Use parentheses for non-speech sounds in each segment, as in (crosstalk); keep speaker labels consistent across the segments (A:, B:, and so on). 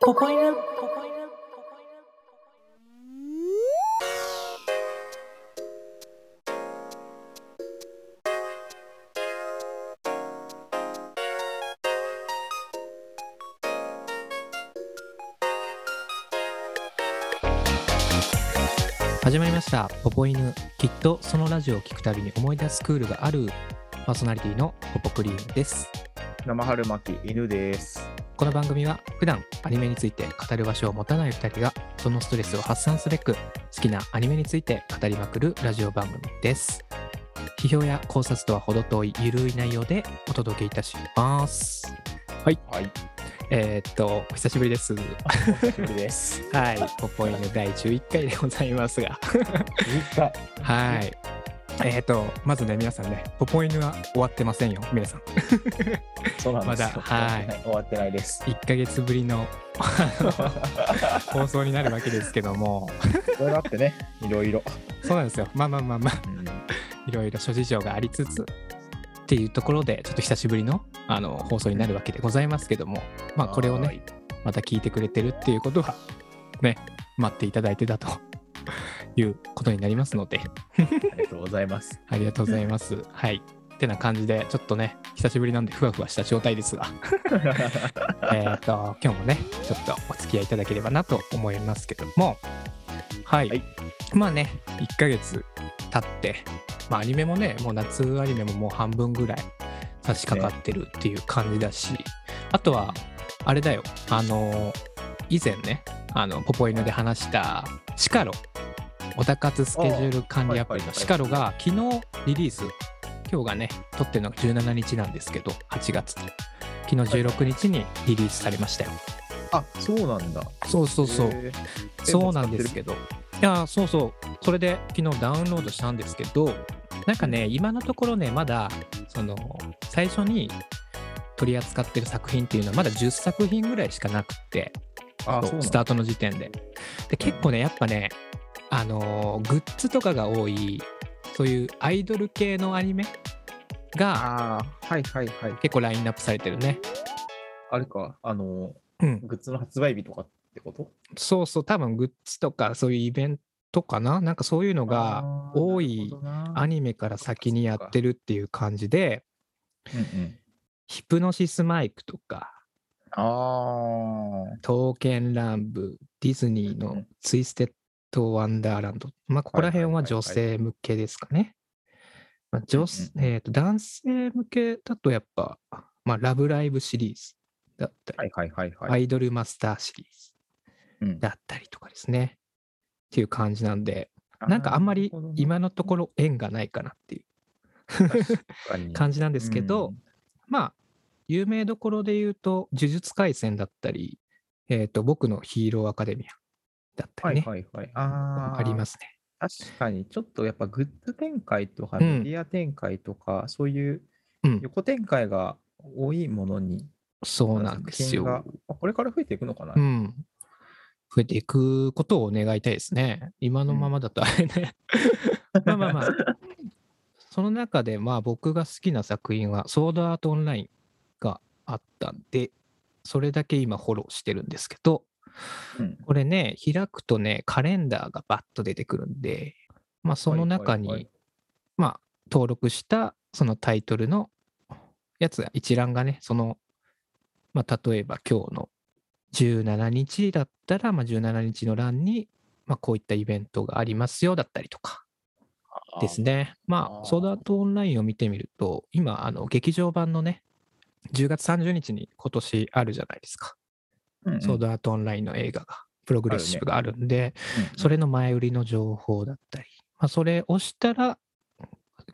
A: ポポイナ始まりました「ポポイヌ」きっとそのラジオを聞くたびに思い出すクールがあるパーソナリティのポポクリームです
B: 生春巻き犬です。
A: この番組は普段アニメについて語る場所を持たない2人がそのストレスを発散すべく好きなアニメについて語りまくるラジオ番組です批評や考察とは程遠いゆるい内容でお届けいたします
B: はい、
A: えーっとお久しぶりです
B: お久しぶりです。
A: はい「 (laughs) ポポイヌ第11回」でございますが
B: 11回。
A: はいえーっとまずね皆さんね「ポポイヌ」は終わってませんよ皆さん
B: そうなん
A: ま
B: ですよ。
A: だはい
B: 終わってないです。
A: 1ヶ月ぶりのあの放送になるわけですけども
B: いろいろあってね、いろいろ。
A: そうなんですよまあまあまあまあいろいろ諸事情がありつつっていうところでちょっと久しぶりのあの放送になるわけでございますけども、まあ、これをね。また聞いてくれてるっていうことはね待っていただいてたということになりますので
B: ありがとうございます。
A: ありがとうございます。はいてな感じでちょっとね久しぶりなんでふわふわした状態ですが (laughs) えっと今日もねちょっとお付き合いいただければなと思いますけどもはい、
B: はい
A: まあね1ヶ月経って、まあ、アニメもねもう夏アニメももう半分ぐらい差し掛かってるっていう感じだし、あとはあれだよあの以前ねあのポポイヌで話したシカロオタ活スケジュール管理アプリ
B: あ
A: の
B: はいはいはい
A: シカロが昨日リリース今日がね撮ってるのが17日なんですけど8月昨日16日にリリースされましたよ、
B: (laughs) あ、そうなんだ。
A: そうそうそう、
B: へー。
A: そうなんですけど。いやー、そうそう。それで昨日ダウンロードしたんですけど、なんかね、今のところね、まだ、その、最初に取り扱ってる作品っていうのは、まだ10作品ぐらいしかなくって、
B: あ、そうなん
A: ス
B: だ。
A: タートの時点で。で、結構ね、やっぱね、あのーグッズとかが多い、そういうアイドル系のアニメが、
B: あーはいはいはい。
A: 結構ラインナップされてるね。
B: あれか、あの、
A: うん。
B: グッズの発売日とかってこと
A: そうそう、多分グッズとか、そういうイベントかななんかそういうのが、多いア
B: ニ
A: ニメから先にやってるっていう感じで、
B: メ。うんうん
A: ヒプノシスマイクとか、
B: あー
A: 刀剣乱舞、ディズニー
B: うんう
A: の
B: ん
A: ツイステッド・ワンダーランド、まあ、ここら辺は女性向けですかね。まあ女性
B: うんう
A: えーと男性向けだとやっぱ、まあ、ラブライブシリーズだったり、
B: はいはいはいはい。
A: アイドルマスターシリーズ
B: うん
A: だったりとかですね。っていう感じなんで、なんかあんまり今のところ縁がないかなっていう感じなんで
B: です
A: けど、、まあ、有名どころで言うと、呪術廻戦だったり、えっ、と、僕のヒーローアカデミアだった
B: は
A: り
B: い
A: ね、
B: はいはい。
A: あ
B: あー
A: りますね。
B: 確かに、ちょっとやっぱグッズ展開とか
A: う
B: メ
A: ん
B: ディア展開とか、そういう
A: うん
B: 横展開が多いものに、
A: そうなんです
B: 作
A: よ。
B: 品がこれから増えていくのかな、
A: うん。増えていくことをお願いたいですね。今のままだとあれね。 (laughs) まあまあまあ。その中で、まあ僕が好きな作品は、ソードアートオンラインがあったんで、それだけ今フォローしてるんですけど、
B: うん
A: これね、開くとね、カレンダーがバッと出てくるんで、まあ、その中に、
B: はいはいはい
A: まあ、登録したそのタイトルのやつが、一覧がね、その、まあ、例えば今日の17日だったら、まあ、17日の欄に、まあ、こういったイベントがありますよだったりとかですね。ま
B: あ
A: あ、
B: ー
A: ソードアートオンラインを見てみると、今、あの、劇場版のね、10月30日に今年あるじゃないですか。
B: うんうん
A: ソードアートオンラインの映画が、プログレッシブがあるんで、
B: うん
A: それの前売りの情報だったり、まあ、それをしたら、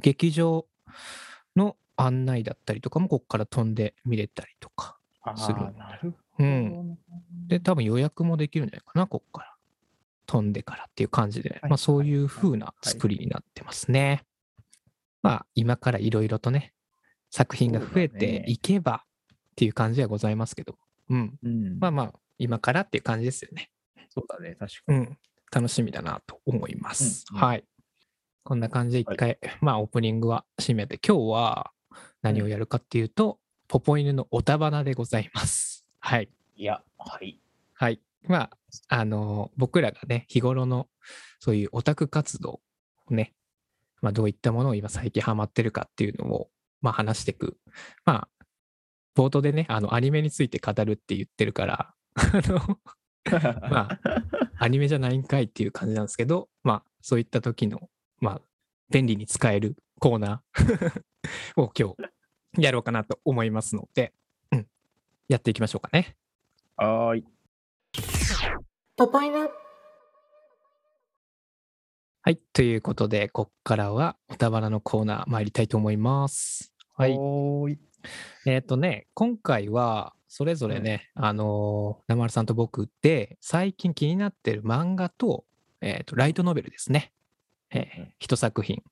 A: 劇場の案内だったりとかも、ここから飛んで見れたりとか。
B: あー
A: する
B: なる
A: う
B: ほど
A: ん。
B: ね
A: で、多分予約もできるんじゃないかな、ここから。飛んでからっていう感じで、
B: はい
A: まあ、そういう風な作りになってますね。まあ、今からいろいろとね、作品が増え
B: そうだ
A: て
B: ね
A: いけばっていう感じはございますけど、うん。
B: うん
A: まあまあ、今からっていう感じですよね。
B: そうだね、確か
A: う
B: に。
A: ん、楽しみだなと思います。
B: うんうん
A: はい。こんな感じで一回、まあオープニングは締めて、今日は何をや (laughs) るかっていうと、ポポ犬のおたばなでございます。はい。
B: いや、はい。
A: はい。まあ、あの、僕らがね、日頃のそういうオタク活動をね、まあ、どういったものを今最近ハマってるかっていうのを、まあ、話していく。まあ、冒頭でね、あの、アニメについて語るって言ってるから、あの、 (laughs) まあ、アニメじゃないんかいっていう感じなんですけど、まあ、そういった時の、まあ、便利に使えるコーナー (laughs) を今日やろうかなと思いますので、うん、やっていきましょうかね。
B: (laughs) はーい。
C: ポポイヌ
A: はい。ということで、ここからは、おたばらのコーナー参りたいと思います。はい。
B: はーい。
A: えっ、とね、今回は、それぞれね、あのー、なまるさんと僕で、最近気になってる漫画と、えっ、と、ライトノベルですね。えー
B: うん
A: 一作品、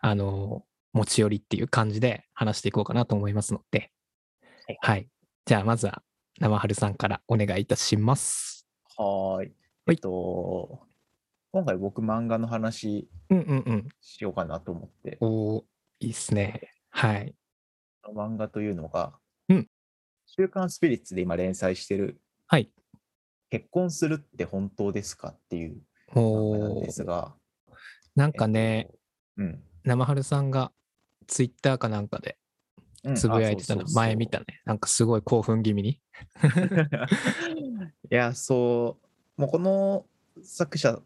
A: あのー持ち寄りっていう感じで話していこうかなと思いますので、
B: はい
A: はい。じゃあ、まずは、生春さんからお願いいたします。
B: はーい。えっと、今回僕漫画の話
A: うんうんうん。
B: しようかなと思って、
A: おーいいっすね。はい。
B: 漫画というのが、
A: うん
B: 週刊スピリッツで今連載してる、
A: はい。
B: 結婚するって本当ですかっていう漫画なん
A: お
B: です
A: ー
B: が、
A: なんかね、
B: えっと、うん。
A: 生春さんがツイッターかなんかで
B: うん
A: つぶやいてたの前見た。ね、なんかすごい興奮気味に
B: あ (laughs) そうそうそういや、そう、もうこの作者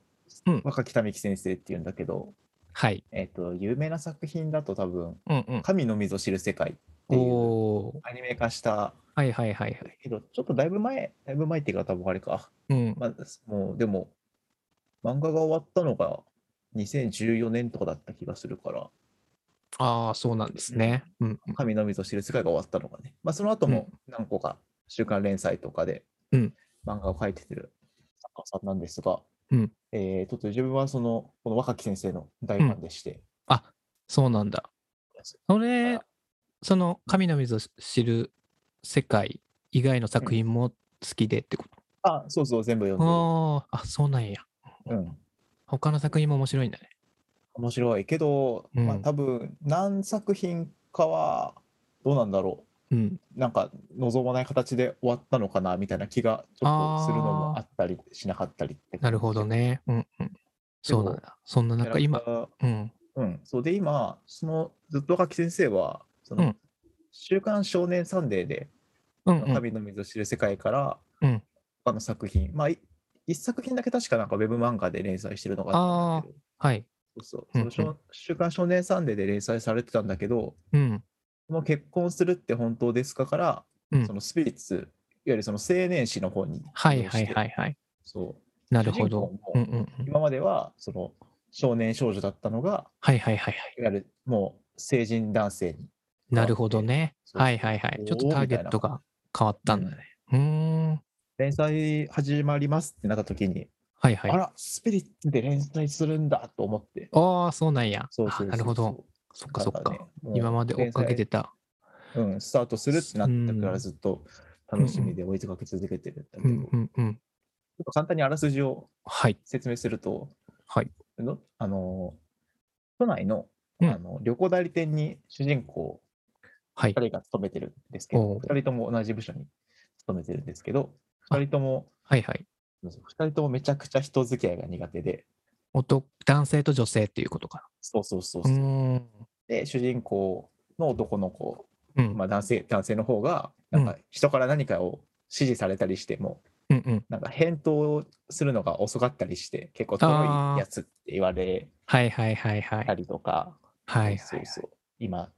A: うん、
B: 若木民樹先生っていうんだけど、
A: はい
B: えっと、有名な作品だと多分、
A: うんうん
B: 神のみぞ知る世界って
A: お
B: いう
A: おー
B: アニメ化した
A: はいはいはいはい
B: けど、ちょっとだいぶ前、だいぶ前っていうか多分あれか。
A: うん
B: まあ、もうでも、漫画が終わったのが2014年とかだった気がするから、
A: ああそうなんですねうんうん
B: 神のみぞ知る世界が終わったのがね、まあ、その後も何個か週刊連載とかで
A: うん
B: 漫画を描いてる作家さんなんですが、
A: うん
B: えーちょっと自分はその、この若木先生の大ファンでして、
A: あそうなんだそれその神の水を知る世界以外の作品も好きでってこ
B: あ、そうそう、全部読
A: と、
B: ん
A: あああそうなんや
B: でる。うん
A: 他の作品も面白いんだね
B: 面白いけど、まあ、
A: うん
B: 多分何作品かはどうなんだろ
A: うん
B: うなんか望まない形で終わったのかなみたいな気がちょっとするのもあったりしなかったりって
A: なるほどねうんうんそうなんだそんな
B: 感じ
A: 中今
B: キャラク
A: うん
B: ターうんそうで今そのずっと若木先生はその、
A: うん
B: 週刊少年サンデー」で
A: うん
B: 「
A: うん
B: 神の水を知る世界」から
A: うん
B: 他の作品、まあい一作品だけ確かなんかウェブ漫画で連載してるのがあったんだけど
A: はい
B: そう
A: う
B: そ
A: んう
B: うんその週刊少年サンデー」で連載されてたんだけど、
A: うん
B: もう結婚するって本当ですかから、
A: うん
B: そのスピリッツ、いわゆるその青年誌の方に移動して。
A: はいはいはいはい
B: そう。
A: なるほど
B: 主人公
A: うん
B: も
A: うんうん
B: 今までは、その少年少女だったのが、
A: はいはいはいはい。
B: いわゆるもう成人男性に。
A: なるほどね。
B: そう
A: はいはいはい。ちょっとターゲットが変わったんだね。うーん。
B: 連載始まりますってなった時に、
A: はいはい。
B: あ
A: あ
B: ら、スピリッツで連載するんだと思って。
A: あー、そうなんや。
B: そうそうそうそう
A: あなるほど。。そっかそっ
B: だら
A: か
B: ね。。もう
A: 今まで追っかけてた。
B: 連載うん、スタートするってなったか
A: うん
B: らずっと楽しみで追いかけ続けてるんだけ
A: う
B: ど、
A: んうんうん。
B: ちょっと簡単にあらすじを
A: はい
B: 説明すると、
A: はい。
B: のあの都内の,、
A: うん
B: あの旅行代理店に主人公
A: はい。
B: 2人が勤めてるんですけ
A: お
B: ど
A: う、
B: 2人とも同じ部署に勤めてるんですけど、
A: あ
B: 2人とも
A: はいはい。
B: 2人ともめちゃくちゃ人付き合いが苦手で、
A: 男男性と女性っていうことか
B: そうそうそう
A: な。う
B: そう
A: ーん。
B: で、主人公の男の子、
A: うん。
B: まあ、男性男性の方が、なんか人から何かを指示されたりしても、
A: うんうん。
B: なんか返答するのが遅かったりして、結構遠いやつって言われ
A: はいはいはいはい。は
B: た
A: い
B: りとか、
A: はい
B: そ
A: は
B: う
A: い。
B: そう。今、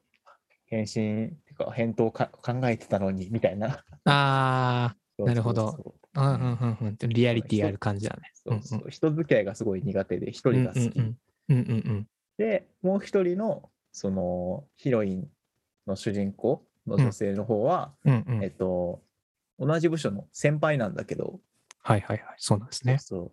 B: 返信、てか返答か考えてたのに、みたいな。
A: あ
B: そう
A: なるほど
B: そうそう
A: あ、うんうんうんうん。リアリティある感じだね。
B: そうそう人付き合いがすごい苦手で、一
A: うんう
B: 人
A: ん
B: が好き。
A: うん。うんうんうん。
B: で、もう一人の、その、ヒロインの主人公の女性の方は、
A: うんう
B: え
A: ん。
B: っと、同じ部署の先輩なんだけど、
A: はいはいはい。そうなんですね。
B: そう。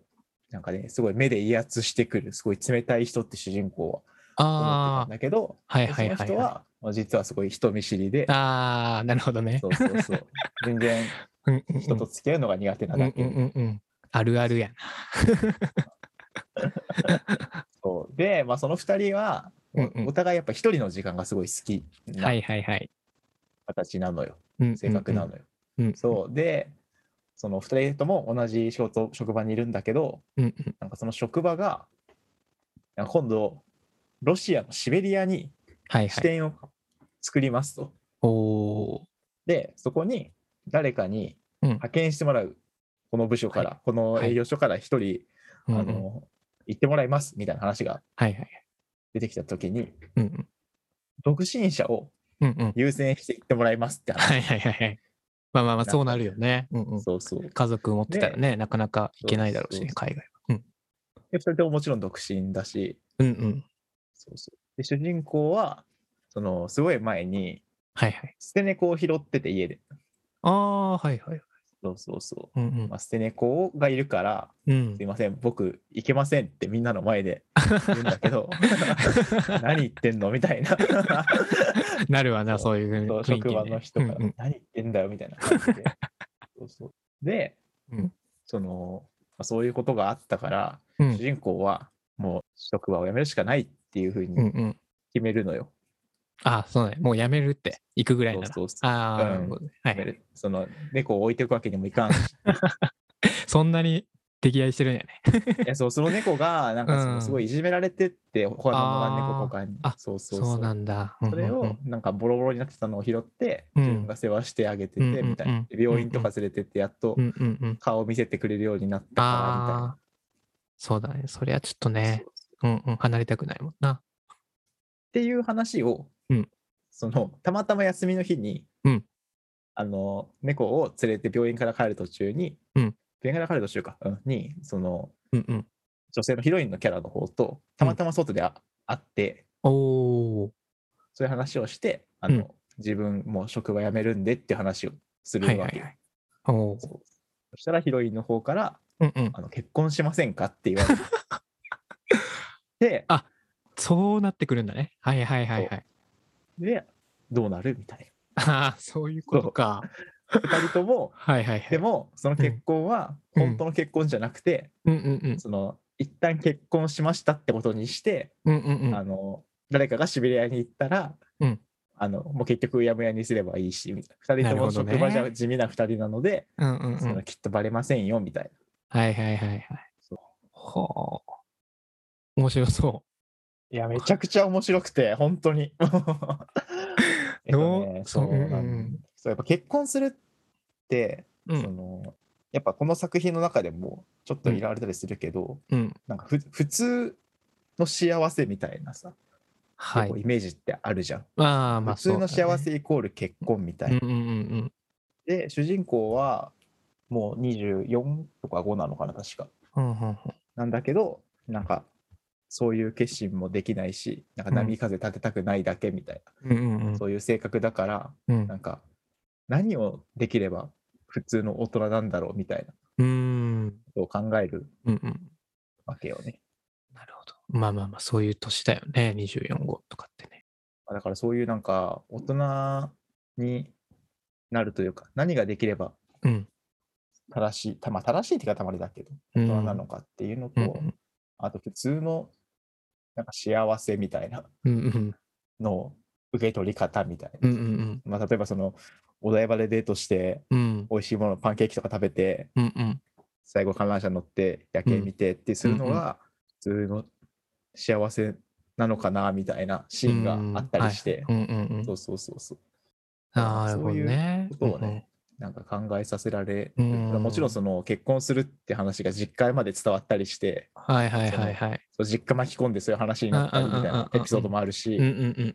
B: なんかね、すごい目で威圧してくる、すごい冷たい人って主人公は思ってた
A: あ
B: ん
A: あ。
B: だけど、
A: はい
B: でそ
A: はい
B: の
A: はい
B: 人
A: はい。
B: は、実はすごい人見知りで、
A: ああ、なるほどね。
B: そうそうそう。全然
A: うんうんうん
B: 人と付き合うのが苦手な
A: うん
B: だ
A: う
B: け、
A: んうんうん。あるあるやな。
B: そうで、まあ、その2人は
A: うんうん
B: おお互いやっぱ一人の時間がすごい好き
A: は
B: ない
A: はいはい。
B: 形なのよ、
A: うん
B: 性格な
A: の。
B: のよ、
A: うんうん、
B: そうでその2人とも同じ仕事職場にいるんだけど
A: うんうん。
B: なんかその職場がなんか今度ロシアのシベリアに
A: はいは
B: 支
A: い。
B: 店を作りますと、
A: おお
B: でそこに誰かに
A: うん
B: 派遣してもらう、この部署から、
A: は
B: この営業所から1人、
A: ー。うんう
B: あ
A: ん
B: の行ってもらいますみたいな話が
A: はいはい。
B: 出てきた時に
A: うんうん。
B: 独身者を
A: うんうん。
B: 優先して行ってもらいますって話、
A: はいはいはいはい。まあまあまあ、そうなるよね。うんうん。
B: そうそう
A: 家族持ってたらね、なかなか行けないだろうしね、
B: そう
A: 海外は。
B: で2人とももちろん独身だし
A: うんうん。
B: そうそうで主人公はそのすごい前に
A: はいはい。
B: 捨て猫を拾ってて家で
A: ああ、はいはい。
B: そうそうそ
A: うんう
B: う、
A: ん
B: まあ、捨て猫がいるから。
A: うん
B: すいません僕行けませんってみんなの前で言うんだけ
A: (laughs)
B: ど (laughs) 何言ってんのみたいな
A: (laughs) なるわな、
B: そ
A: そういう
B: そう
A: 雰囲気
B: 職
A: ね
B: 場の人から
A: うんうん
B: 何言ってんだよみたいな感じでそうそうで、
A: うん
B: そのまあそういうことがあったから、
A: う
B: 主
A: ん
B: 人公はもう職場を辞めるしかないっていうふう
A: うん
B: に
A: うん。
B: 決めるのよ、
A: あそうね。もうやめるって、行くぐらいなら。
B: そうそうそう
A: ああ、なるほどねは
B: 辞め
A: い。
B: るその猫を置いていくわけにも
A: (laughs)
B: いかんし
A: そんなに溺愛してるんやね。
B: いやそうその猫がなんかそうの
A: ん
B: すごいいじめられてって他の野良猫とかに
A: あーあ
B: そうそう
A: そうなんだ。
B: それ
A: うんうんう
B: を
A: ん
B: なんかボロボロになってたのを拾って、
A: うん
B: 自分が世話してあげてて
A: うんうんうん
B: みたいな、で病院とか連れてってやっと
A: うんうんうん。
B: 顔を見せてくれるようになった
A: ああ、
B: か
A: そうだね。そりゃちょっと
B: らみたいな、
A: ね
B: そう、っ
A: うんうん、離れたくないもんな。
B: ていう話を、
A: うん
B: そのたまたま休みの日に、
A: うん
B: あの猫を連れて病院から帰る途中に、
A: うん
B: 病院から帰る途中か、うんにその
A: うんうん。
B: 女性のヒロインのキャラの方とたまたま外であ会って
A: おー、
B: そういう話をしてあの、
A: うん
B: 自分もう職場辞めるんでっていう話をする
A: はい
B: わ
A: は
B: け
A: い
B: よ
A: はい。おー、
B: そうそしたらヒロインの方から
A: うんうん。
B: あの結婚しませんかって言われて
A: (laughs)
B: で
A: そうなってくるんだね。はいはいはいはい。
B: でどうなるみたい
A: ああ、そういうことか。
B: な2人
A: (laughs)
B: とも
A: はいはいはい。
B: で、もその結婚は
A: うん
B: 本当の結婚じゃなくて、
A: うんうんうん。
B: その一旦結婚しましたってことにして、
A: うんうんうん。
B: あの誰かがシベリアに行ったら、
A: うん
B: あのもう結局うやむやにすればいいし2人
A: な
B: と
A: る
B: も
A: ほどね
B: 職場じゃ地味な2人なので、
A: うんうんう
B: そ
A: ん
B: の。きっとバレませんよみたいな。
A: はいはいはいはい
B: そう。
A: はあ。面白そ
B: いやめちゃくちゃ面白くて本当 (laughs) に。えっとね
A: そ
B: そううなん
A: うんうん
B: そうやっぱ結婚するって、
A: う。う
B: そ
A: ん。
B: のやっぱこの作品の中でもちょっといられたりするけど、
A: うん。
B: なんかふ普通の幸せみたいなさ、
A: は
B: 結
A: い
B: 構。イメージってあるじゃん。
A: まあまあ、
B: 普通の
A: そうだね
B: 幸せイコール結婚みたいな。
A: うんうんうん
B: で主人公はもう24とか5なのかな確か。
A: うん。うんうんうん
B: なんだけどなんかそういう決心もできないしなんか波風立てたくないだけみたい
A: う
B: な、
A: んうん
B: そういう性格だから
A: うん
B: なんか何をできれば普通の大人なんだろうみたいな
A: うん
B: ことを考える
A: うんうん
B: わけよね。
A: なるほどまあまあまあそういう年だよね24号とかってね
B: まあだからそういうなんか大人になるというか何ができれば
A: うん
B: 正しい、たまあ正しいって言い方もあれだけど
A: うん
B: 大人なのかっていうのと、
A: うんうん
B: あと普通のなんか幸せみたいな
A: うんうん
B: のを受け取り方みたいな。
A: うんうん
B: まあ、例えばそのお台場でデートして
A: うんうん
B: 美味しいものパンケーキとか食べて
A: うんうん
B: 最後観覧車乗って夜景見てってするのが普通の幸せなのかなみたいなシーンがあったりして、
A: うんうんうん
B: そうそうそうそう
A: ああなるほどね
B: そういうことをねなんか考えさせられる、
A: うん
B: もちろんその結婚するって話が実家まで伝わったりして
A: うんうんはいはいはいはい
B: そう実家巻き込んでそういう話になったりみたい
A: うんうんうん
B: な
A: うん
B: エピソードもあるし、
A: うんうん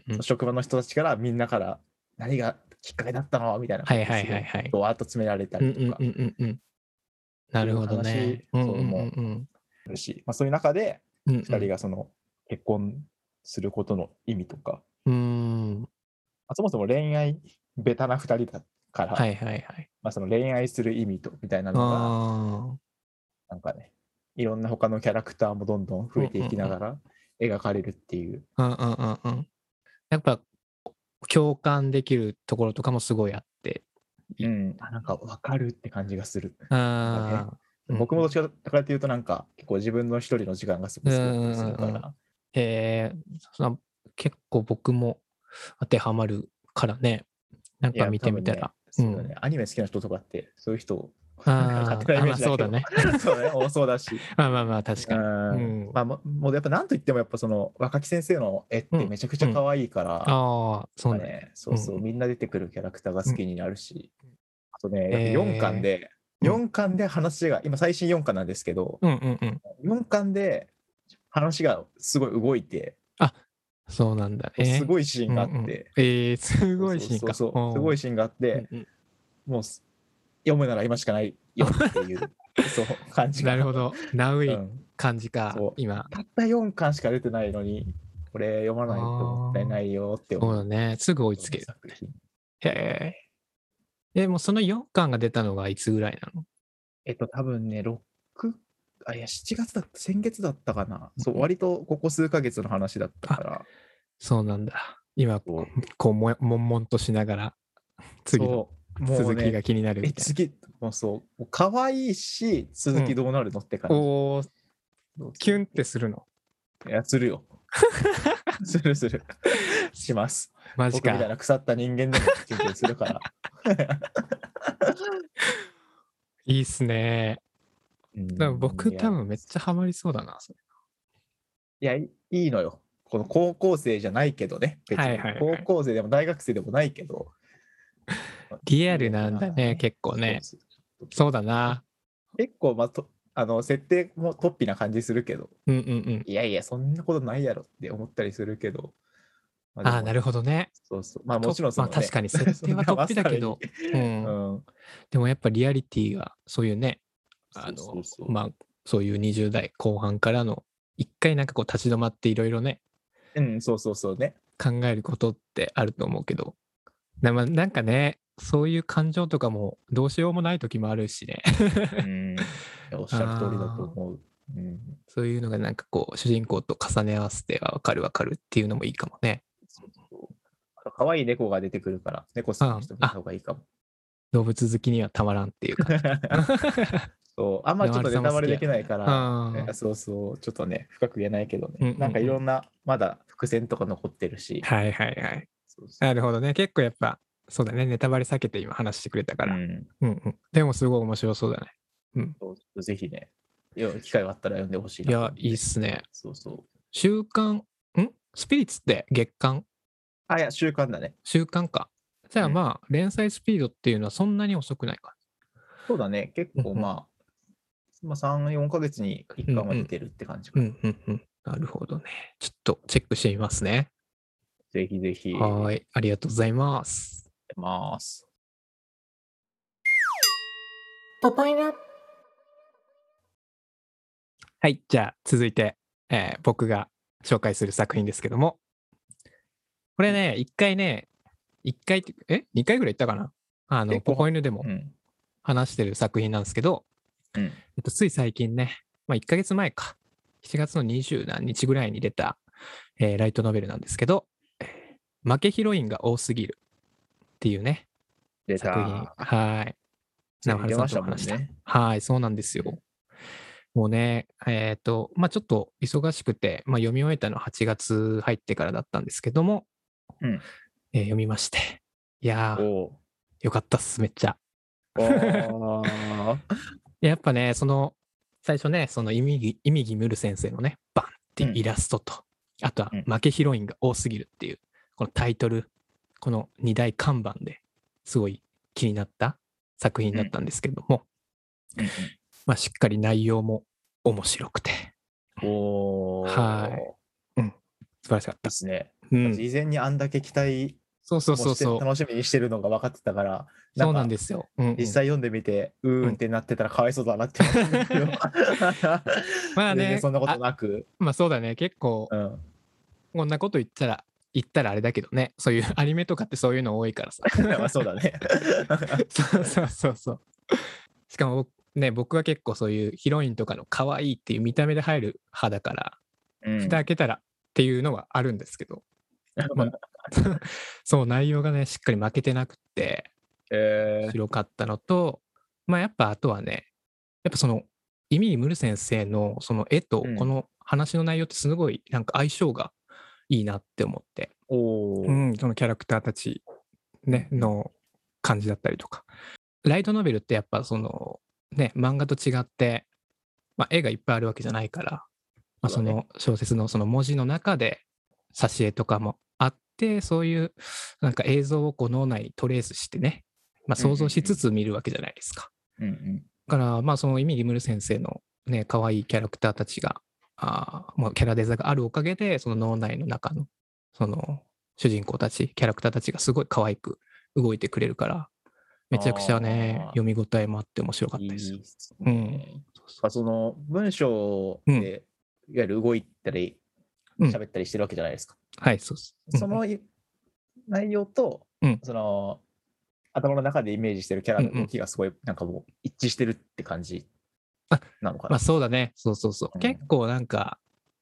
A: うんうん
B: 職場の人たちからみんなから何がきっかけだったのみたいな
A: はいは
B: 感じ
A: い
B: で
A: はいはい
B: ドワーッと詰められた
A: うん
B: りと
A: うん
B: か
A: うんうんうんなるほどね
B: そういう話
A: うんうんうん
B: あるし、まあ、そういう中で
A: うんうん
B: 2人がその結婚することの意味とか、
A: うん
B: まあそもそも恋愛ベタな2人だから、
A: はいはいはい
B: まあ、その恋愛する意味とみたいなのが
A: あ
B: なんかねいろんな他のキャラクターもどんどん増えていきながら描かれるっていう、
A: あうんうんうんうんやっぱ共感できるところとかもすごいあって
B: うんあなんか分かるって感じがする、
A: ああ、
B: 僕もどっちかっていうとなんか結構自分の一人の時間がすごく好きだったりするか
A: うんうん
B: ら、
A: えーその結構僕も当てはまるからねなん
B: い
A: か
B: や
A: 見てみたら、
B: 多分ねそうだねアニメ好きな人とかってそういう人
A: あ
B: 勝手
A: ーあ、
B: なイメ
A: まあ
B: ージだ
A: そう
B: け
A: だ
B: ど
A: ね。
B: (laughs) そうね、多そうだし。
A: まあまあまあ、確
B: う
A: かに。
B: ん
A: うん
B: まあ、ももうやっぱなんといってもやっぱその若木先生の絵ってめちゃくちゃ可愛いから、
A: ああ、そう
B: ま
A: ね。
B: あね、そうそう、
A: うん
B: みんな出てくるキャラクターが好きになるし、あとね、
A: えー
B: 4巻で、
A: うん
B: 4巻で話が、今最新4巻なんですけど、
A: うんうんうん。
B: 4巻で話がすごい動いて、
A: そうなんだね。
B: す
A: い
B: ごいシーンがあって、
A: えー、すごいシーン
B: そう
A: か。
B: そうそうすごい
A: シ
B: シーンがあって、
A: ン。うん
B: もうす読むなら今しかないよって
A: (laughs)
B: いうそう感じが
A: なるほど。ナウ
B: う
A: イ
B: ん
A: 感じか
B: そう、
A: 今。
B: たった4巻しか出てないのに、これ読まないともったいないよって
A: そう
B: 思う。
A: だね。すぐ追いつける。
B: 作品
A: へえ。でもうその4巻が出たのがいつぐらいなの
B: えっと、多分ね、6、あ、いや、7月だった、先月だったかな。そうう、
A: ん
B: 割とここ数ヶ月の話だったから。
A: そうなんだ。今、
B: そう
A: こうもや、悶々としながら、 (laughs) 次の
B: そうもう
A: 続き
B: ね
A: が気になるみ
B: え、
A: たい
B: 次、もうそう、もう可愛いし、続きどうなるのって感
A: な。
B: じ。
A: おー、
B: そう
A: キュンってするの。
B: いや、する
A: (laughs)
B: よ。するする。します。
A: マジ
B: 僕みたい
A: か。
B: な腐った人間でもキュンキュンする
A: (laughs)
B: から。
A: いいっすね。
B: うん
A: でも僕、
B: いや
A: 多分めっちゃハマりそうだな。それ
B: いや、いいいのよ。この高校生じゃないけどね。別に
A: はいはいはい
B: 高校生でも大学生でもないけど。
A: リアルなんだね、結構ね。
B: そうそう。
A: そうだな。
B: 結構、まあ、とあの設定もトッピな感じするけど、
A: うんうんうん。
B: いやいや、そんなことないやろって思ったりするけど。ま
A: ああ、な
B: る
A: るほどね。
B: そうそう。まあ、もちろんその、ね
A: まあ確かに設
B: (laughs)
A: 定はトッピだけど。、う
B: そん
A: ん
B: なま
A: でもやっぱリアリティがそういうね
B: さ
A: あ
B: にうん。
A: の
B: そうそうそう
A: まあそういう20代後半からの一回なんかこう立ち止まっていろいろね
B: うん、そうそうそうね。
A: 考えることってあると思うけどな,、まあ、なんかねそういう感情とかもどうしようもない時もあるしね (laughs)
B: うん、いやおっしゃる通りだと思う。うん、
A: そういうのがなんかこう主人公と重ね合わせては分かる分かるっていうのもいいかもね
B: そうそうあと可愛い猫が出てくるから、猫好きな人見た方がいいかも。
A: 動物好きにはたまらんっていう
B: (laughs)
A: 感じ
B: そうあんまちょっとネタバレできないか
A: う
B: ら、
A: ん
B: なんかそうそう、ちょっとね、深く言えないけど
A: うんうん
B: ね
A: う、ん
B: なんかいろんな、まだ伏線とか残ってるし、
A: はいはいはい
B: そうそう
A: なるほどね結構やっぱそうだねネタバレ避けて今話してくれたから、
B: うん
A: うんうん、でもすごい面白そうだね。
B: そうぜひね、よ機会があったら読んでほしい
A: い
B: なと思
A: や
B: っ、て。
A: いいっすね。
B: そうそう。
A: 週刊、んスピリッツって月刊
B: あ、いや、習慣だね。
A: 週刊か。じゃあ
B: うん
A: まあ、連載スピードっていうのはそんなに遅くないか。
B: そうだね、結構まあ、まあ、3、4ヶ月に1巻は出てるって感じか
A: う
B: な。
A: んうんうん。なるほどね。ちょっとチェックしてみますね。
B: ぜひぜひ、
A: はーい。ありがとうございます。
B: ます。
C: ポパイナ
A: はい。じゃあ続いて、えー僕が紹介する作品ですけども。これね、一回ね、一回って、え二回ぐらい言ったかなあの、
B: え
A: ポポ犬でも
B: うん。
A: 話してる作品なんですけど、
B: うん。
A: えっと、つい最近ね、まあ、1ヶ月前か、7月の20何日ぐらいに出た、えーライトノベルなんですけど、えー負けヒロインが多すぎるっていうね、
B: 出
A: 作品。
B: た。
A: はい。直
B: 出
A: 原
B: まし
A: さん
B: た
A: と
B: も
A: 話
B: ん
A: した。
B: ね。
A: はい、そうなんですよ。もうね、えっ、と、まあちょっと忙しくて、まあ、読み終えたのは8月入ってからだったんですけども、
B: うん
A: えー読みまして。いやー、
B: おー
A: よかったっす、めっちゃ。
B: お
A: (laughs)
B: ー
A: やっぱね、その、最初ね、その、イミギ、イミギムル先生のね、バンっていうイラストと、あとは
B: うん、
A: 負けヒロインが多すぎるっていう、このタイトル、この2大看板ですごい気になった作品だったんですけども、
B: うんうん
A: まあ、しっかり内容も面白くて、
B: お
A: は
B: ー
A: い素晴らしかっ
B: で
A: た。
B: すね。
A: うん。
B: 事前にあんだけ期待
A: そうそ
B: を
A: うそう
B: して
A: そう。
B: 楽しみにしてるのが分かってたから、。
A: そうなんですすよ。うんうん
B: 実際読んでみて、うーんってなってたらかわいそうだなって思ったんだけど
A: (laughs) まあ
B: 全然
A: ね、
B: そんなこと
A: あ
B: なく、
A: まあそうだね、結構
B: う、ん、 (laughs)
A: こんなこと言ったら、言ったらあれだけどね、そういうアニメとかってそういうの多いからさ。
B: (laughs) まあそうだ
A: (laughs)
B: ね。
A: そうそうそうそう。しかも僕,、ね、僕は結構そういうヒロインとかの可愛いっていう見た目で入る派だから、
B: うん
A: 蓋開けたらっていうのはあるんですけど、まあそう内容がねしっかり負けてなくって
B: え
A: 白かったのと、まあやっぱあとはねやっぱそのイミー・ムル先生のその絵と
B: うん
A: この話の内容ってすごいなんか相性がいいなって思って、
B: ー、おー
A: うん、そのキャラクターたち、ね、の感じだったりとか。ライトノベルってやっぱそのね、漫画と違って、まあ、絵がいっぱいあるわけじゃないから、まあ、
B: そ
A: そう
B: だね
A: の小説のその文字の中で挿絵とかもあって、そういうなんか映像をこう脳内にトレースしてね、まあ、想像しつつ見るわけじゃないですか。
B: うんうん
A: だから、まあ、そのイミリムル先生のね、可愛いキャラクターたちが、あーまあ、キャラデザがあるおかげで、その脳内の中の、その、主人公たち、キャラクターたちがすごい可愛く動いてくれるから、めちゃくちゃね
B: あ、ー
A: 読み応えもあって面白かっ
B: い
A: た
B: い
A: ですよ。
B: ですね
A: うん
B: まあその文章
A: うん
B: でいわゆる動いたり
A: うん
B: 喋ったりしてるわけじゃないですか。
A: はい、そうです。うん
B: そのい内容と、
A: うん
B: その頭の中でイメージしてるキャラの動きがすごいなんかもう一致してるって感じ
A: あ
B: なのか
A: ま
B: な
A: あ。そうだね。そうそうそう。
B: うん
A: 結構なんか、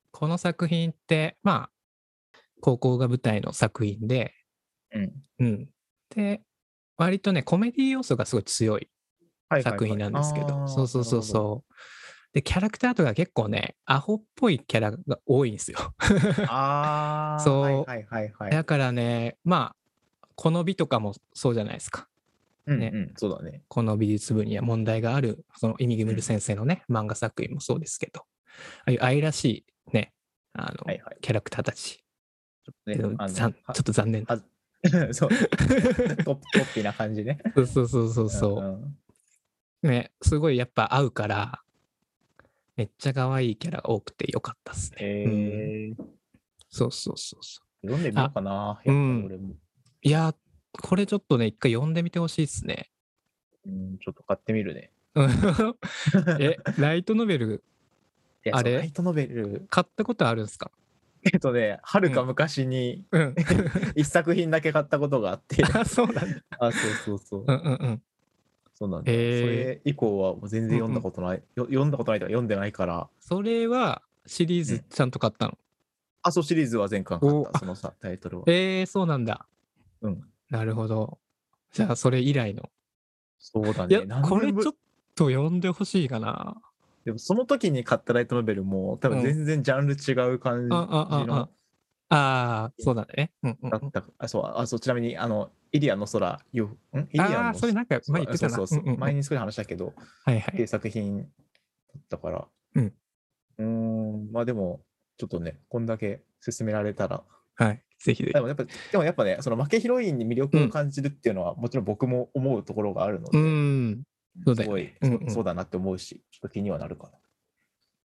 A: この作品って、まあ、高校が舞台の作品で、
B: うん
A: うん。で、割とね、コメディ要素がすごい強い
B: はいはいはい
A: 作品なんですけ
B: あ
A: ど、
B: ー
A: そうそうそう
B: なるほ
A: そう。で、キャラクターとか結構ね、アホっぽいキャラが多いんですよ。 (laughs)
B: どああ、
A: そう
B: はいはいはいはい
A: だ。からね、まあ、この美とかもそうじゃないですか。
B: うん
A: ね
B: うん、そうだね。
A: この美術部には問題がある、そのイミギムル先生のね、漫画作品もそうですけど、ああいう愛らしいね、あの、
B: はいはい
A: キャラクターたち。
B: ね
A: けど
B: あの
A: ざんちょ
B: は
A: っと残念。
B: は
A: (laughs)
B: (laughs) そう、トットッピーな感じね。
A: そうそうそうそうそ
B: ん
A: う。ね、すごいやっぱ合うから、めっちゃ可愛いキャラが多くてよかったっすね。
B: へ
A: うん
B: え
A: そうそうそうそう。
B: 読んでみようかな。
A: あ
B: やっぱり
A: うん
B: 俺も、
A: いやー、これちょっとね、一回読んでみてほしいですね。
B: うん。ちょっと買ってみるね。
A: うん (laughs)
B: (laughs)
A: え、ライトノベル
B: いや
A: あれ
B: そうライトノベル、 (laughs)
A: 買ったことあるんですか
B: えっとね、はるか昔に
A: うん。
B: 一作品だけ買ったことがあっ
A: (laughs)
B: て、
A: あ、そうなんだ。
B: あ、 (laughs) そうそうそう
A: う。んうんうん。
B: そうなんだ。そ
A: へー
B: れ以降はもう全然読んだことない、よ読んだことないとか読んでないから、
A: それはシリー
B: う
A: ズ
B: ん
A: ちゃんと買ったの。
B: あ、そうシリーズは全巻買っ
A: お
B: た、そのさ、タイトルは。
A: えー、そうなんだ。
B: うん。
A: なるほど。じゃあ、それ以来の。
B: そうだ
A: い
B: ね
A: や。、これちょっ
B: と。
A: と読んでほしいかな。
B: でもその時に買ったライトノベルも、多分全然ジャンル違う感じ
A: あ、あ、あ、
B: の
A: あ。あー、そうだね。うんうん
B: だ
A: うん。
B: った。あ、そう、あ、そう、ちなみに、あの、イリアの空、よ、んイリアの
A: ああー、それなんか前言ってたな。
B: そうそう
A: う
B: そう
A: んうんうん
B: 前に少し話したけど、
A: はいは
B: っていう
A: い。
B: 作品だったから。
A: うん。
B: うーん、まあでも、ちょっとね、こんだけ勧められたら。
A: はい。ぜひぜ
B: で
A: ひ。
B: もやっぱ、でもやっぱね、その負けヒロインに魅力を感じるっていうのは、もちろん僕も思うところがあるの
A: う
B: で、
A: ん。そうだ
B: す
A: よ
B: ご
A: ね。
B: い、
A: うんうん
B: そそうだなって思うし、ちょっと気にはなるかな。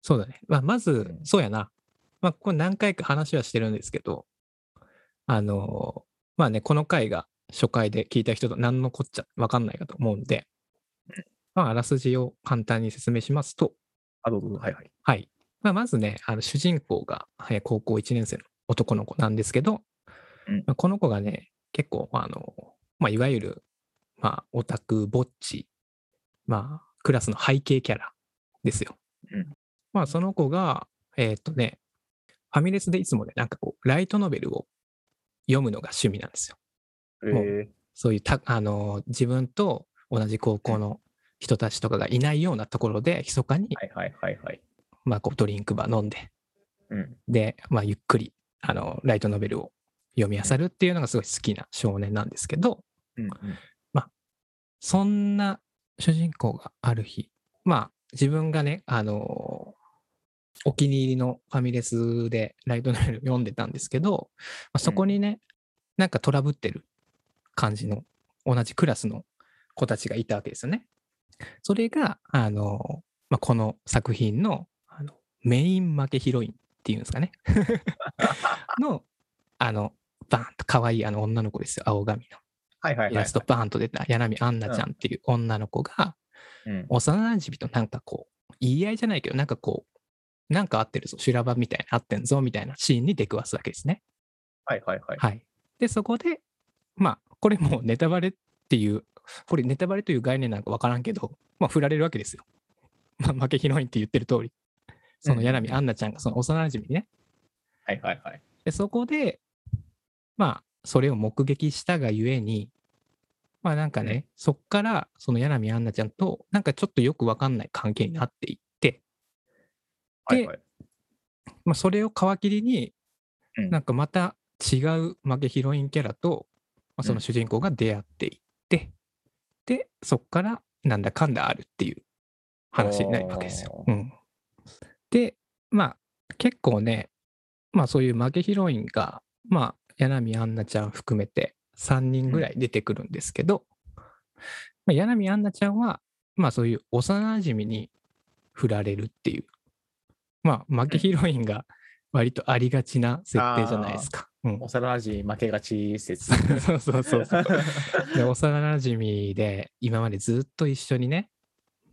A: そうだね。まあ、まず
B: う、ん
A: そうやな。まあ、これ何回か話はしてるんですけど、あのーまあね、この回が初回で聞いた人と何のこっちゃわかんないかと思うんで、まあ、あらすじを簡単に説明しますと、
B: あ、どうぞ、はいはい。
A: はい。まあ、まずね、あの主人公がえー高校1年生の男の子なんですけど、
B: うん
A: まあこの子がね、結構、あの、まあ、いわゆる、まあ、オタク、ぼっち、まあ、クラスの背景キャラですよ。
B: うん
A: まあ、その子が、えーっとね、ファミレスでいつもね、なんかこう、ライトノベルを読むのが趣味なんですよ。もう
B: え
A: そういうた、あの自分と同じ高校の人たちとかがいないようなところで、密かに
B: ー、、はいはいはいはい。
A: まあ、こう、ドリンクバー飲んで、
B: うん。
A: で、まあ、ゆっくりあのライトノベルを読み漁るっていうのがすごい好きな少年なんですけど
B: うんうん、
A: そんな主人公がある日まあ自分がねあのお気に入りのファミレスでライトノベルを読んでたんですけど、まあ、そこにね、なんかトラブってる感じの同じクラスの子たちがいたわけですよね。それがあの、まあ、この作品のあのメイン負けヒロインっていうんですかねのあのバーンと可愛いあの女の子ですよ青髪
B: はいはいは
A: の
B: い。
A: イラストバーンと出た柳アンナちゃんっていう女の子が
B: うん
A: 幼馴染となんかこう言い合いじゃないけどなんかこうなんか合ってるぞ修羅場みたいな合ってんぞみたいなシーンに出くわすわけですね。
B: はいはいはい。
A: はい。で、そこで、まあ、これもうネタバレっていう、これネタバレという概念なんかわからんけど、まあ、振られるわけですよ。まあ、負けヒロインって言ってる通り、その
B: うんうん
A: 柳
B: う
A: アンナちゃんがその幼馴染にね。
B: はいはいはい。
A: で、そこで、まあ、それを目撃したがゆえに、まあなんかね、
B: うん
A: そっから、その柳アンナちゃんと、なんかちょっとよくわかんない関係になっていって、
B: はいはい。
A: まあ、それを皮切りに、
B: うん
A: なんかまた違う負けヒロインキャラと、まあ、その主人公が出会っていって、でそっからなんだかんだあるっていう話になるわけですよ。うん、でまあ結構ねまあそういう負けヒロインがまあ柳杏奈ちゃん含めて3人ぐらい出てくるんですけど、まあ、柳杏奈ちゃんはまあそういう幼馴染に振られるっていうまあ負けヒロインが割とありがちな設定じゃないですか。うん
B: 幼馴染負けがち説。
A: (laughs) そうそうそうそう。で幼馴染で今までずっと一緒にね、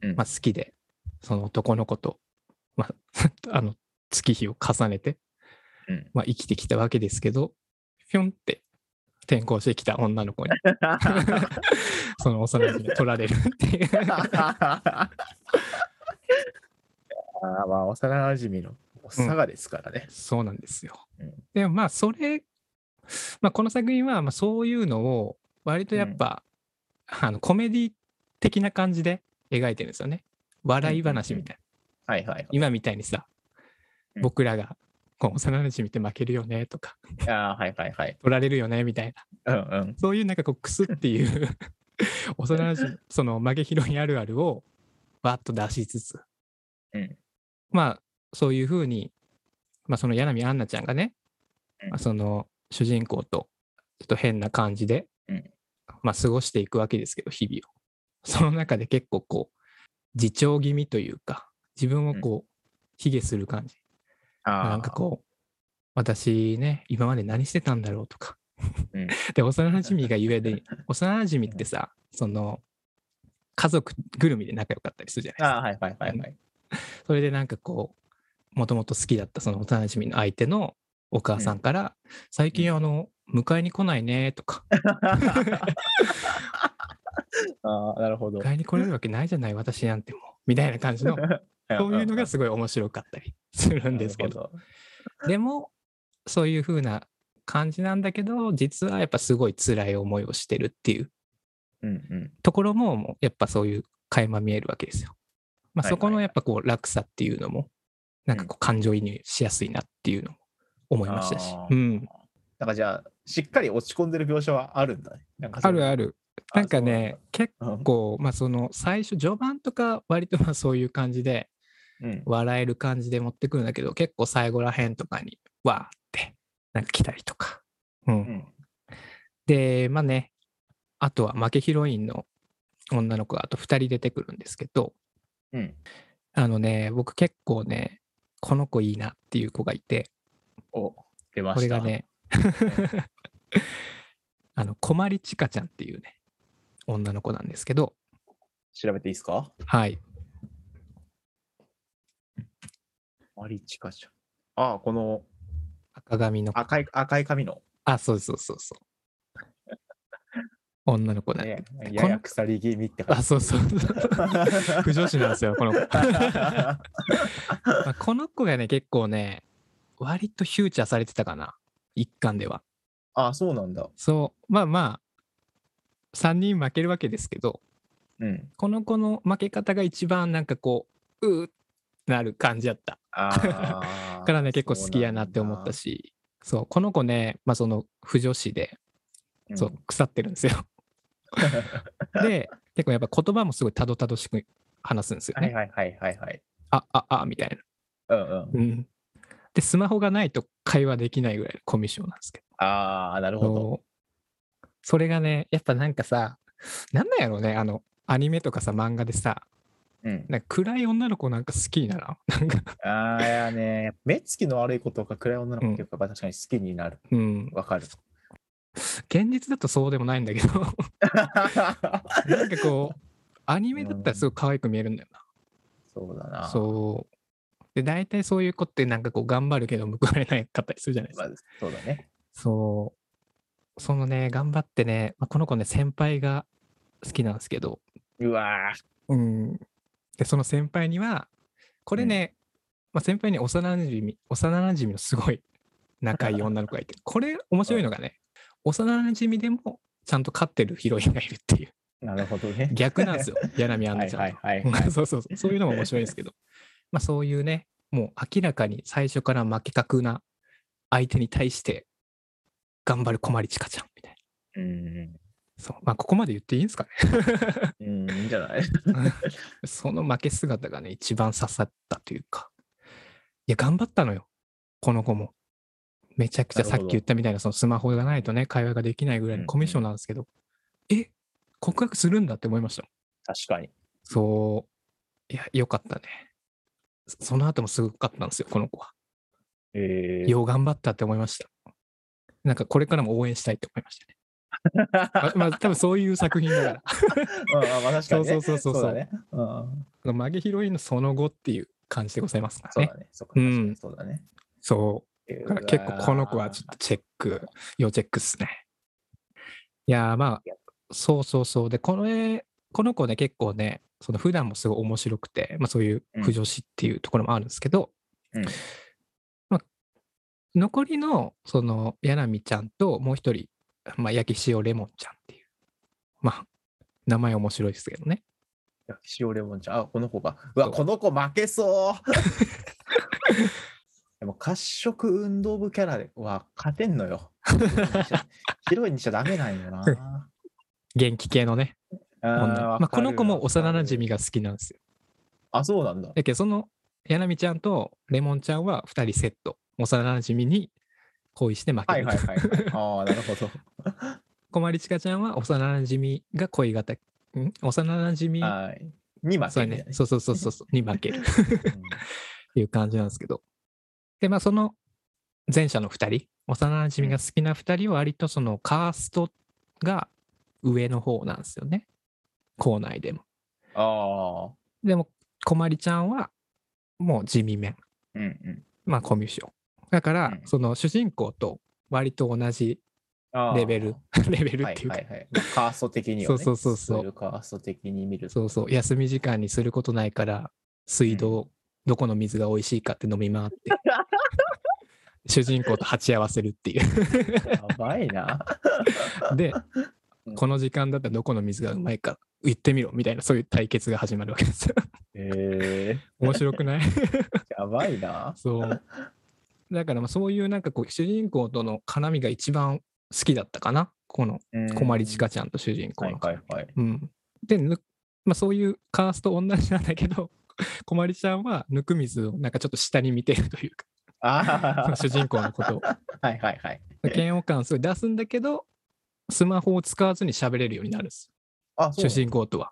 B: うん (laughs)
A: まあ、好きでその男の子と、まあ、 (laughs) あの月日を重ねて、
B: うん
A: まあ、生きてきたわけですけどぴょんって転校してきた女の子にその幼馴染に取られるっていう
B: あーまあ幼馴染のおっさがですからね。
A: そうなんですよ。
B: うん
A: でもまあそれ、まあ、この作品はまあそういうのを割とやっぱ、あのコメディ的な感じで描いてるんですよね。笑い話みたいな。
B: はいはい
A: 今みたいにさ、
B: うん
A: 僕らがこう幼馴染って負けるよねとか
B: はい。ああはいはいはい。
A: 取られるよねみたいな
B: うんうん。
A: そういうなんかこうクスっていう (laughs) 幼馴染その曲げ拾いあるあるをわっと出しつつ、
B: うん
A: まあそういうふうに、まあ、その柳杏奈ちゃんがね、
B: うん
A: まあその主人公とちょっと変な感じで、
B: うん
A: まあ過ごしていくわけですけど日々をその中で結構こう自重気味というか自分をこう卑下する感じ
B: あ
A: なんかこう、私ね、今まで何してたんだろうとか。
B: うん
A: (laughs) で、幼馴染がゆえ
B: (laughs)
A: で、幼馴染ってさ、その、家族ぐるみで仲良かったりするじゃ
B: あ。
A: ない
B: ああはいはいはいはい。
A: ですか。それでなんかこう、もともと好きだったその幼馴染の相手のお母さんから、最近あの、迎えに来ないねとか、
B: ああなるほど。
A: 迎えに来れるわけないじゃない、私なんてもう、みたいな
B: (laughs)
A: 感じの、そういうのがすごい面白かったりするんですけど。
B: ど。
A: でもそういう風な感じなんだけど実はやっぱすごい辛い思いをしてるっていう
B: うんうん。
A: ところももうやっぱそういう垣間見えるわけですよ。まあ、
B: はいはいはい
A: そこのやっぱこう落差っていうのもなんかこう感情移入しやすいなっていうのも思いましたし、
B: あ
A: う
B: ー
A: ん、
B: なんかじゃあしっかり落ち込んでる描写はあるんだね。なんか
A: あるあ
B: る。
A: る
B: あ
A: なんかね結
B: そうなんだ
A: 構まあその最初序盤とか割とまあそういう感じで
B: うんうん
A: 笑える感じで持ってくるんだけど結構最後らへんとかにわーってなんか来たりとか、うん
B: う、ん
A: で、まあね、あとは負けヒロインの女の子があと2人出てくるんですけど、
B: うん。
A: あのね、僕結構ね、この子いいなっていう子がいて、
B: お出ま
A: こ
B: し
A: れ
B: た。
A: がね、あの、こまりちかちゃんっていうね、女の子なんですけど、
B: 調べていいですか？
A: はい。
B: マリチカちゃん。ああこの
A: 赤髪の、
B: 赤い赤い髪の
A: あ、そうそうそうそう。女の子だね
B: ね。、やや鎖気味って
A: あ、
B: 感じ。
A: そうそうそう。不
B: (laughs)
A: 女子なんですよ、この子。まあこの子がね、結構ね、割とフューチャーされてたかな、一巻では。
B: あ、そうなんだ。
A: そう、まあまあ、3人負けるわけですけど、
B: うん。
A: この子の負け方が一番なんかこう、うーなる感じやった。
B: あ
A: だ (laughs)
B: あ。
A: からね、結構好きやなって思ったし、そう、この子ね、まあその、不女子で、
B: そうなんだ。
A: そう、腐ってるん
B: (laughs)
A: ですよ。で、結構やっぱ言葉もすごいたどたどしく話すんですよ
B: うん。は
A: ね。
B: いはいはいはいはい。
A: あ、あ、あ、みたいな。
B: うんうん。
A: うん。で、スマホがないと会話できないぐらいのコミュ障なんですけど。
B: ああ、なるほど。
A: そうそれがねやっぱなんかさなんなんやろうねあのアニメとかさ漫画でさ
B: うん。
A: なんか暗い女の子なんか好きにならんなんか
B: ああ、いやね、目つきの悪い子とか暗い女の子とか確かに好きになる。
A: うん (laughs)
B: わかる。
A: 現実だとそうでもないんだけど (laughs) なんかこうアニメだったらすごい可愛く見えるんだよ
B: そうだ
A: な
B: な。う。
A: そうで大体そういう子ってなんかこう頑張るけど報われなかったりするじゃないです
B: ま
A: か
B: あ、そうだね。
A: そうそのね頑張ってね、まあ、この子ね先輩が好きなんですけど
B: うわー
A: うん、でその先輩にはこれね、まあ、先輩に幼なじみ幼なじみのすごい仲いい女の子
B: (laughs)
A: がいてこれ面白いのがね幼なじみでもちゃんと飼ってるヒロインがいるっていう
B: なるほどね。
A: 逆なんです
B: (laughs) よ。
A: よ柳アン
B: は
A: ナ
B: い
A: ち
B: は
A: ゃ
B: い
A: んと。
B: は
A: (laughs)
B: い。
A: そうそうそうそういうのも面白いんですけどまあそういうねもう明らかに最初から負け格な相手に対して頑張る困りちかちゃんみたいな
B: うん。
A: そうまあ、ここまで言っていいんですかね
B: うん、いいんじゃない (laughs)
A: その負け姿がね、一番刺さったというか。いや、頑張ったのよ。この子も。めちゃくちゃ
B: なる
A: さ
B: ほど
A: っき言ったみたいな、そのスマホがないとね、会話ができないぐらい
B: うん
A: の
B: うん
A: コミュ障なんですけど、え、告白するんだって思いました。
B: 確かに。
A: そう。いや、よかったね。そその後もすごかったんですよ、この子は。
B: えー、 (laughs)
A: よう頑張ったって思いました。なんかこれからも応援したいって思いま
B: (laughs)
A: したね。ままあ、多分そういう作品だから。
B: うんあまあ確か
A: そ
B: に、
A: う
B: ね。
A: そうそうそう。
B: そ
A: そう
B: だ
A: う
B: ね。うん。
A: 曲げヒロインのその後っていう感じでございますから
B: そう
A: ね
B: だ。ね。そうか
A: う
B: 確
A: ん
B: かにそうだね。
A: そう。
B: え
A: だ
B: ー
A: から結構この子はちょっとチェック、要チェックっすね。いやーまあ、そうそうそう。で、この絵、この子ね、結構ね、その普段もすごい面白くて、まあそういう不女子っていうところもあるんですけど、
B: うん
A: まあ、残りの、その、柳美ちゃんと、もう一人、まあ、焼き塩レモンちゃんっていう。まあ、名前面白いですけどね。
B: 焼き塩レモンちゃん。あ、この子か。う
A: そ
B: わ、
A: う
B: この子負
A: (laughs)
B: けそう。でも褐色運動部キャラは勝てん
A: (laughs)
B: のよ。広いにしちゃダメなんよな。
A: 元気系のね、
B: あー
A: 女の子
B: わ
A: まあ、
B: か
A: こ
B: る
A: の子も幼馴染
B: わか
A: が
B: る
A: 好きなんですよ
B: あ、そうなんだ。
A: だけどその柳美ちゃんとレモンちゃんは2人セット幼なじみに恋して負け
B: は
A: る、
B: いはいはいはい。ああ、なるほ
A: (laughs)
B: ど。
A: こまりちかちゃんは幼なじみが恋がたん幼なじみ
B: はい。2マス
A: そうねそうそうそうそうそうに負けるっていう感じなんですけどでまあその前者の2人幼なじみが好きな2人は割とそのカーストが上の方なんですよね校内でも
B: ああ。
A: でもこまりちゃんはもう地味面
B: うんうん。
A: まあコミュ障だから、
B: うん
A: その主人公と割と同じ (laughs)
B: あー
A: レベルレベルっていうか、
B: はいはいはいまあカースト的には、
A: そ
B: ね。
A: うそうそうそう
B: いうカースト的に見ると。
A: そうそう休み時間にすることないから水道、どこの水が美味しいかって飲み回
B: (laughs)
A: って主人公と鉢合わせるっていう
B: (laughs) やば
A: (laughs)
B: いな。
A: で
B: うん
A: この時間だったらどこの水がうまいか言ってみろみたいなそういう対決が始まるわけ
B: (laughs)
A: ですよ
B: え
A: 面白く
B: (laughs)
A: ない
B: ー、やばいな。
A: そうだからまあそういうなんかこう主人公との絡みが一番好きだったかなこのこまりちかちゃんと主人公
B: はい
A: の
B: はいはい。
A: うん、でぬ、まあ、そういうカースト同じなんだけど (laughs) こまりちゃんはぬくみずをなんかちょっと下に見てるというかそ
B: あ
A: の主人公の
B: (laughs)
A: ことを
B: あ、はいはいはい。
A: 嫌悪感すごい出すんだけどスマホを使わずに喋れるようになるんです
B: あ、そう
A: 主。人公とは。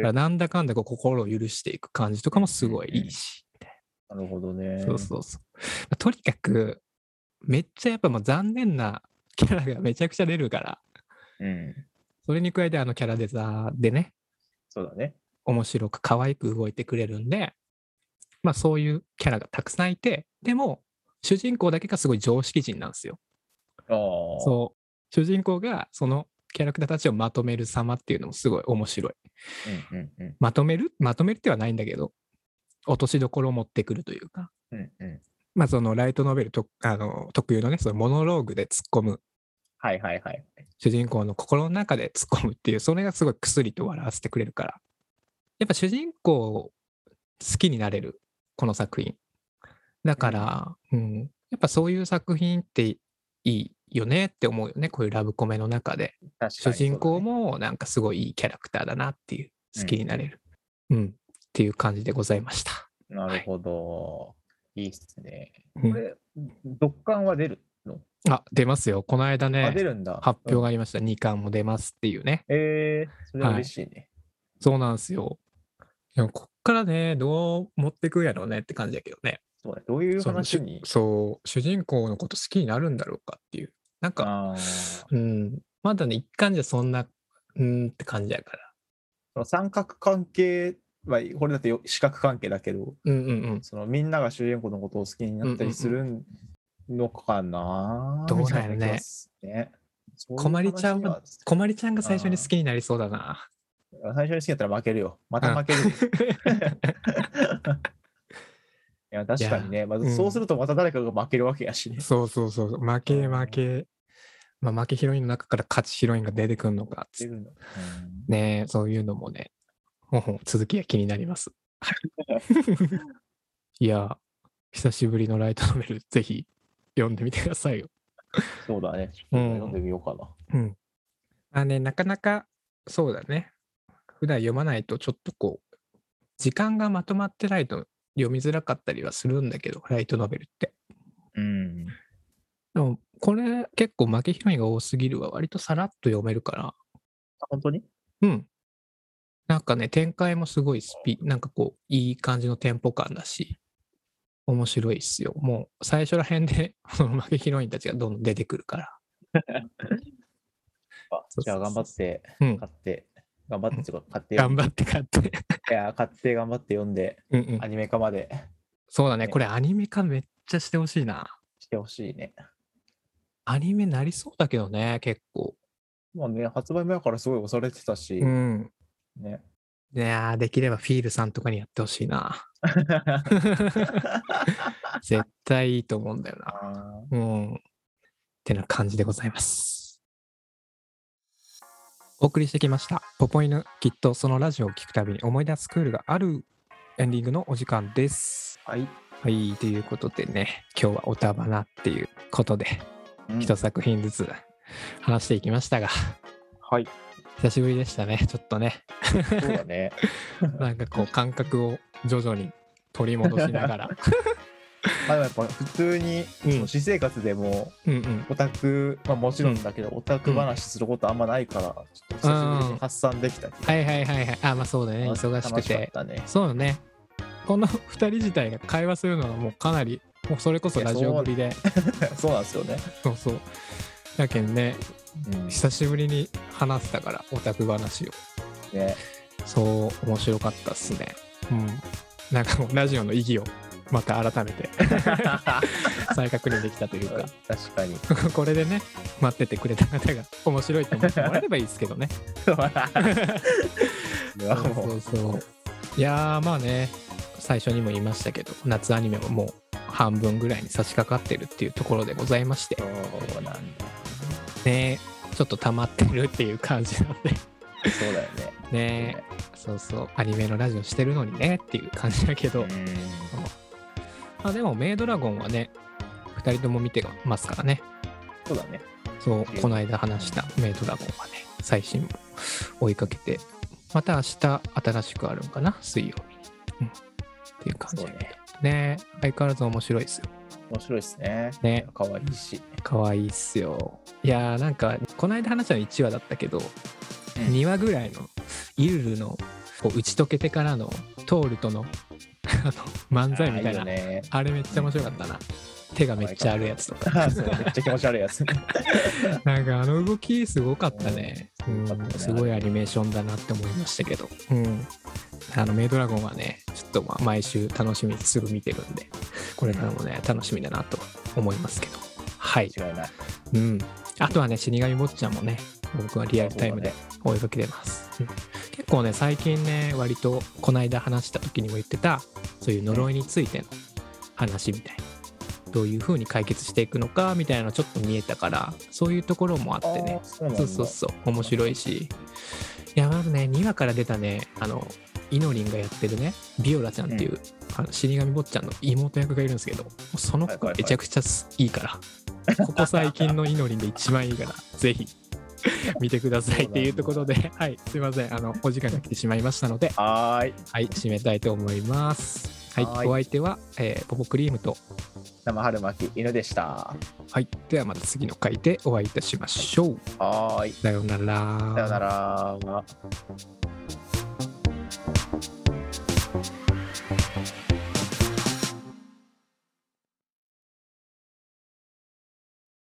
A: だ
B: ー
A: からなんだかんだこう心を許していく感じとかもすごいいいし、
B: なるほどね。
A: そうそうそう、まあとにかくめっちゃやっぱもう残念なキャラがめちゃくちゃ出るから
B: うん。
A: それに加えてあのキャラデザでね
B: そうだね。
A: 面白く可愛く動いてくれるんで、まあそういうキャラがたくさんいて、でも主人公だけがすごい常識人なんですよ。
B: ああ。
A: そう。主人公がそのキャラクターたちをまとめる様っていうのもすごい面白い。
B: うんうんうん。
A: まとめるまとめるってはないんだけど、落としどころを持ってくるというか、
B: うんうん。
A: まあそのライトノベルとあの特有のね、そのモノローグで突っ込む、
B: はいはいはい。
A: 主人公の心の中で突っ込むっていう、それがすごい薬と笑わせてくれるから、やっぱ主人公を好きになれる、この作品。だから、うん、やっぱそういう作品っていいよねって思うよね、こういうラブコメの中で。
B: 確かに
A: 主人公
B: そう
A: もなんかすごいいいキャラクターだなっていう、好きになれる。うん、っていう感じでございました。
B: だね。なるほど。いいっすね。
A: う
B: こ
A: ん
B: れ、読感は出るの
A: あ、出ますよ。この間
B: あ、出
A: ね、
B: るんだ。
A: 発表
B: が。
A: がありました。2巻も出ますっていうね。
B: えー、それは嬉しいね。
A: そうなんですよ。でもこっからね、どう持ってくんやろうねって感じだけどね。
B: そうだね。どういう
A: その
B: 話に
A: 主そう、主人公のこと好きになるんだろうかっていう。なんか、
B: あー
A: うん、まだね、一貫じゃそんな、うんって感じやから。
B: その三角関係はこれだってよ四角関係だけど
A: うんうんうん。
B: そのみんなが主人公のことを好きになったりするのかな、
A: うんうんうん
B: みたい
A: どうなんやろね
B: 気がするねそういう
A: こまりちゃんは
B: 話
A: こまりちゃんが最初に好きになりそうだな。
B: は最初に好きだったら負けるよまた負け
A: (laughs)
B: るよいや確かにね、ま
A: う
B: ず
A: ん
B: そうするとまた誰かが負けるわけやしね、
A: そうそうそうそう、負け負け。まあ、負けヒロインの中から勝ちヒロインが出てくるのかっつ
B: 出
A: って
B: るのうん
A: ねそういうのもね、ほんほん続きが気になり (laughs) ます。はいいや、久しぶりのライトノベル、ぜひ読んでみてくださいよ。
B: そうだね、
A: うん
B: 読んでみようかな
A: うん。まあね、なかなかそうだね。普段読まないとちょっとこう、時間がまとまってないと読みづらかったりはするんだけど、ライトノベルって。
B: うん。
A: でも、これ結構負け広いが多すぎるは割とさらっと読めるから、
B: 本当に
A: うん。なんかね、展開もすごいスピ、なんかこう、いい感じのテンポ感だし、面白いっすよ。もう、最初ら辺で、 (laughs) その負けヒロインたちがどんどん出てくるから。そうそうそう
B: じゃあ頑張って、
A: うん。
B: 買って、頑張ってっていうか、買って、
A: 頑張って買って。
B: いや、買って頑張って読んで、
A: (laughs) うんうん
B: ア。ニメ化まで (laughs)
A: そうだね、
B: ね
A: これアニメ化めっちゃしてほしいな。
B: してほしいね。
A: アニメなりそうだけどね、結構。
B: もうね、発売前からすごい押されてたし、
A: ん。
B: ね。
A: いやーできればフィールさんとかにやってほしい (laughs) な。絶対いいと思うんだよな。
B: (laughs) あー
A: うん。ってな感じでございます。お送りしてきました。ポポイヌ、きっとそのラジオを聞くたびに思い出すクールがあるエンディングのお時間です。
B: はい。
A: はい、ということでね、今日はおたばなっていうことで、
B: うん
A: 一作品ずつ話していきましたが、
B: はい。
A: 久しぶりでしたね、ちょっとね、
B: そうだ (laughs) ね。
A: なんかこう感覚を徐々に取り戻しながら。
B: まあでもやっぱ普通に、
A: (laughs) うん
B: 私生活でも
A: うんうん。
B: オタク、まあもちろんだけど、オタク話することあんまないから、ちょっと久しぶりに発散できた気が
A: はいはいはいはい。あ、まあそうだね、忙しく。
B: 楽かってたね。 (laughs)
A: そうよね。この (laughs) 2人自体が会話するのはもうかなり、もうそれこそラジオぶりで。
B: そうなんですよね。
A: (laughs) そうそう。だけんね、
B: うん
A: 久しぶりに話せたから、オタク話を。 (laughs)
B: ね、
A: そう、面白かったっすね。うん。なんかもうラジオの意義をまた改めて (laughs) 再確認できたというか。
B: 確かに。
A: (laughs) これでね待っててくれた方が面白いと思ってもらえればいいですけどね
B: いや
A: そうそ
B: もう
A: うそういやーまあね最初にも言いましたけど夏アニメももう半分ぐらいに差し掛かってるっていうところでございまして
B: そうなんだ。
A: ねちょっと溜まってるっていう感じなん (laughs) で
B: そうだよね。
A: ねそうそうアニメのラジオしてるのにねっていう感じだけど、
B: うん
A: まあ、でもメイドラゴンはね2人とも見てますからね
B: そうだね。
A: そう、この間話したメイドラゴンはね、最新も追いかけて、また明日新しくあるんかな、水曜日に。うん。っていう感じ
B: そう
A: でね
B: ね。
A: 相変わらず面白いですよ。
B: 面白いですね。
A: ね。
B: 可愛いし。
A: 可愛いっすよ。いやー、なんか、この間話したの1話だったけど、
B: うん
A: 2話ぐらいの、イルルの、こう打ち解けてからの、トールとの、 (laughs) あの、漫才みたいな、
B: あー
A: あ
B: いいよね。 (laughs)
A: れめっちゃ面白かったな。手がめっちゃあるやつとか。
B: あーそうめっちゃ気持ち悪いやつ。
A: なんかあの動きすごかったね。う
B: よかった
A: ん
B: ね
A: すごいアニメーションだなって思いましたけど。うん。あのメイドラゴンはね、ちょっとまあ毎週楽しみにすぐ見てるんで、これからもね、楽しみだなと思いますけど。はい。
B: 違いない。
A: うん。あとはね、死神坊ちゃんもね、僕はリアルタイムで
B: そ
A: 追いかけてます。うん結構ね、最近ね、割とこの間話した時にも言ってた、そういう呪いについての話みたいな。どういう風に解決していくのかみたいなのちょっと見えたからそういうところもあっ
B: う
A: て
B: だね。
A: ね
B: あーそうなん
A: そ
B: だ
A: うそうそう面白いしいやまずね2話から出たねあのイノリンがやってるねビオラちゃんっていう、あの死神坊ちゃんの妹役がいるんですけどもうその
B: はい
A: 子
B: はいはい
A: めちゃくちゃいいから、ここ最近のイノリンで一番いいから (laughs) ぜひ見てくださいっていうところではいすいませんあのお時間が来てしまいましたので
B: はーい。
A: はい締めたいと思いますはい
B: はい
A: お相手は、えーポポクリームと
B: 生春巻き犬でした。
A: はいではまた次の回でお会いいたしましょう
B: はーい。
A: さようなら
B: さよなら。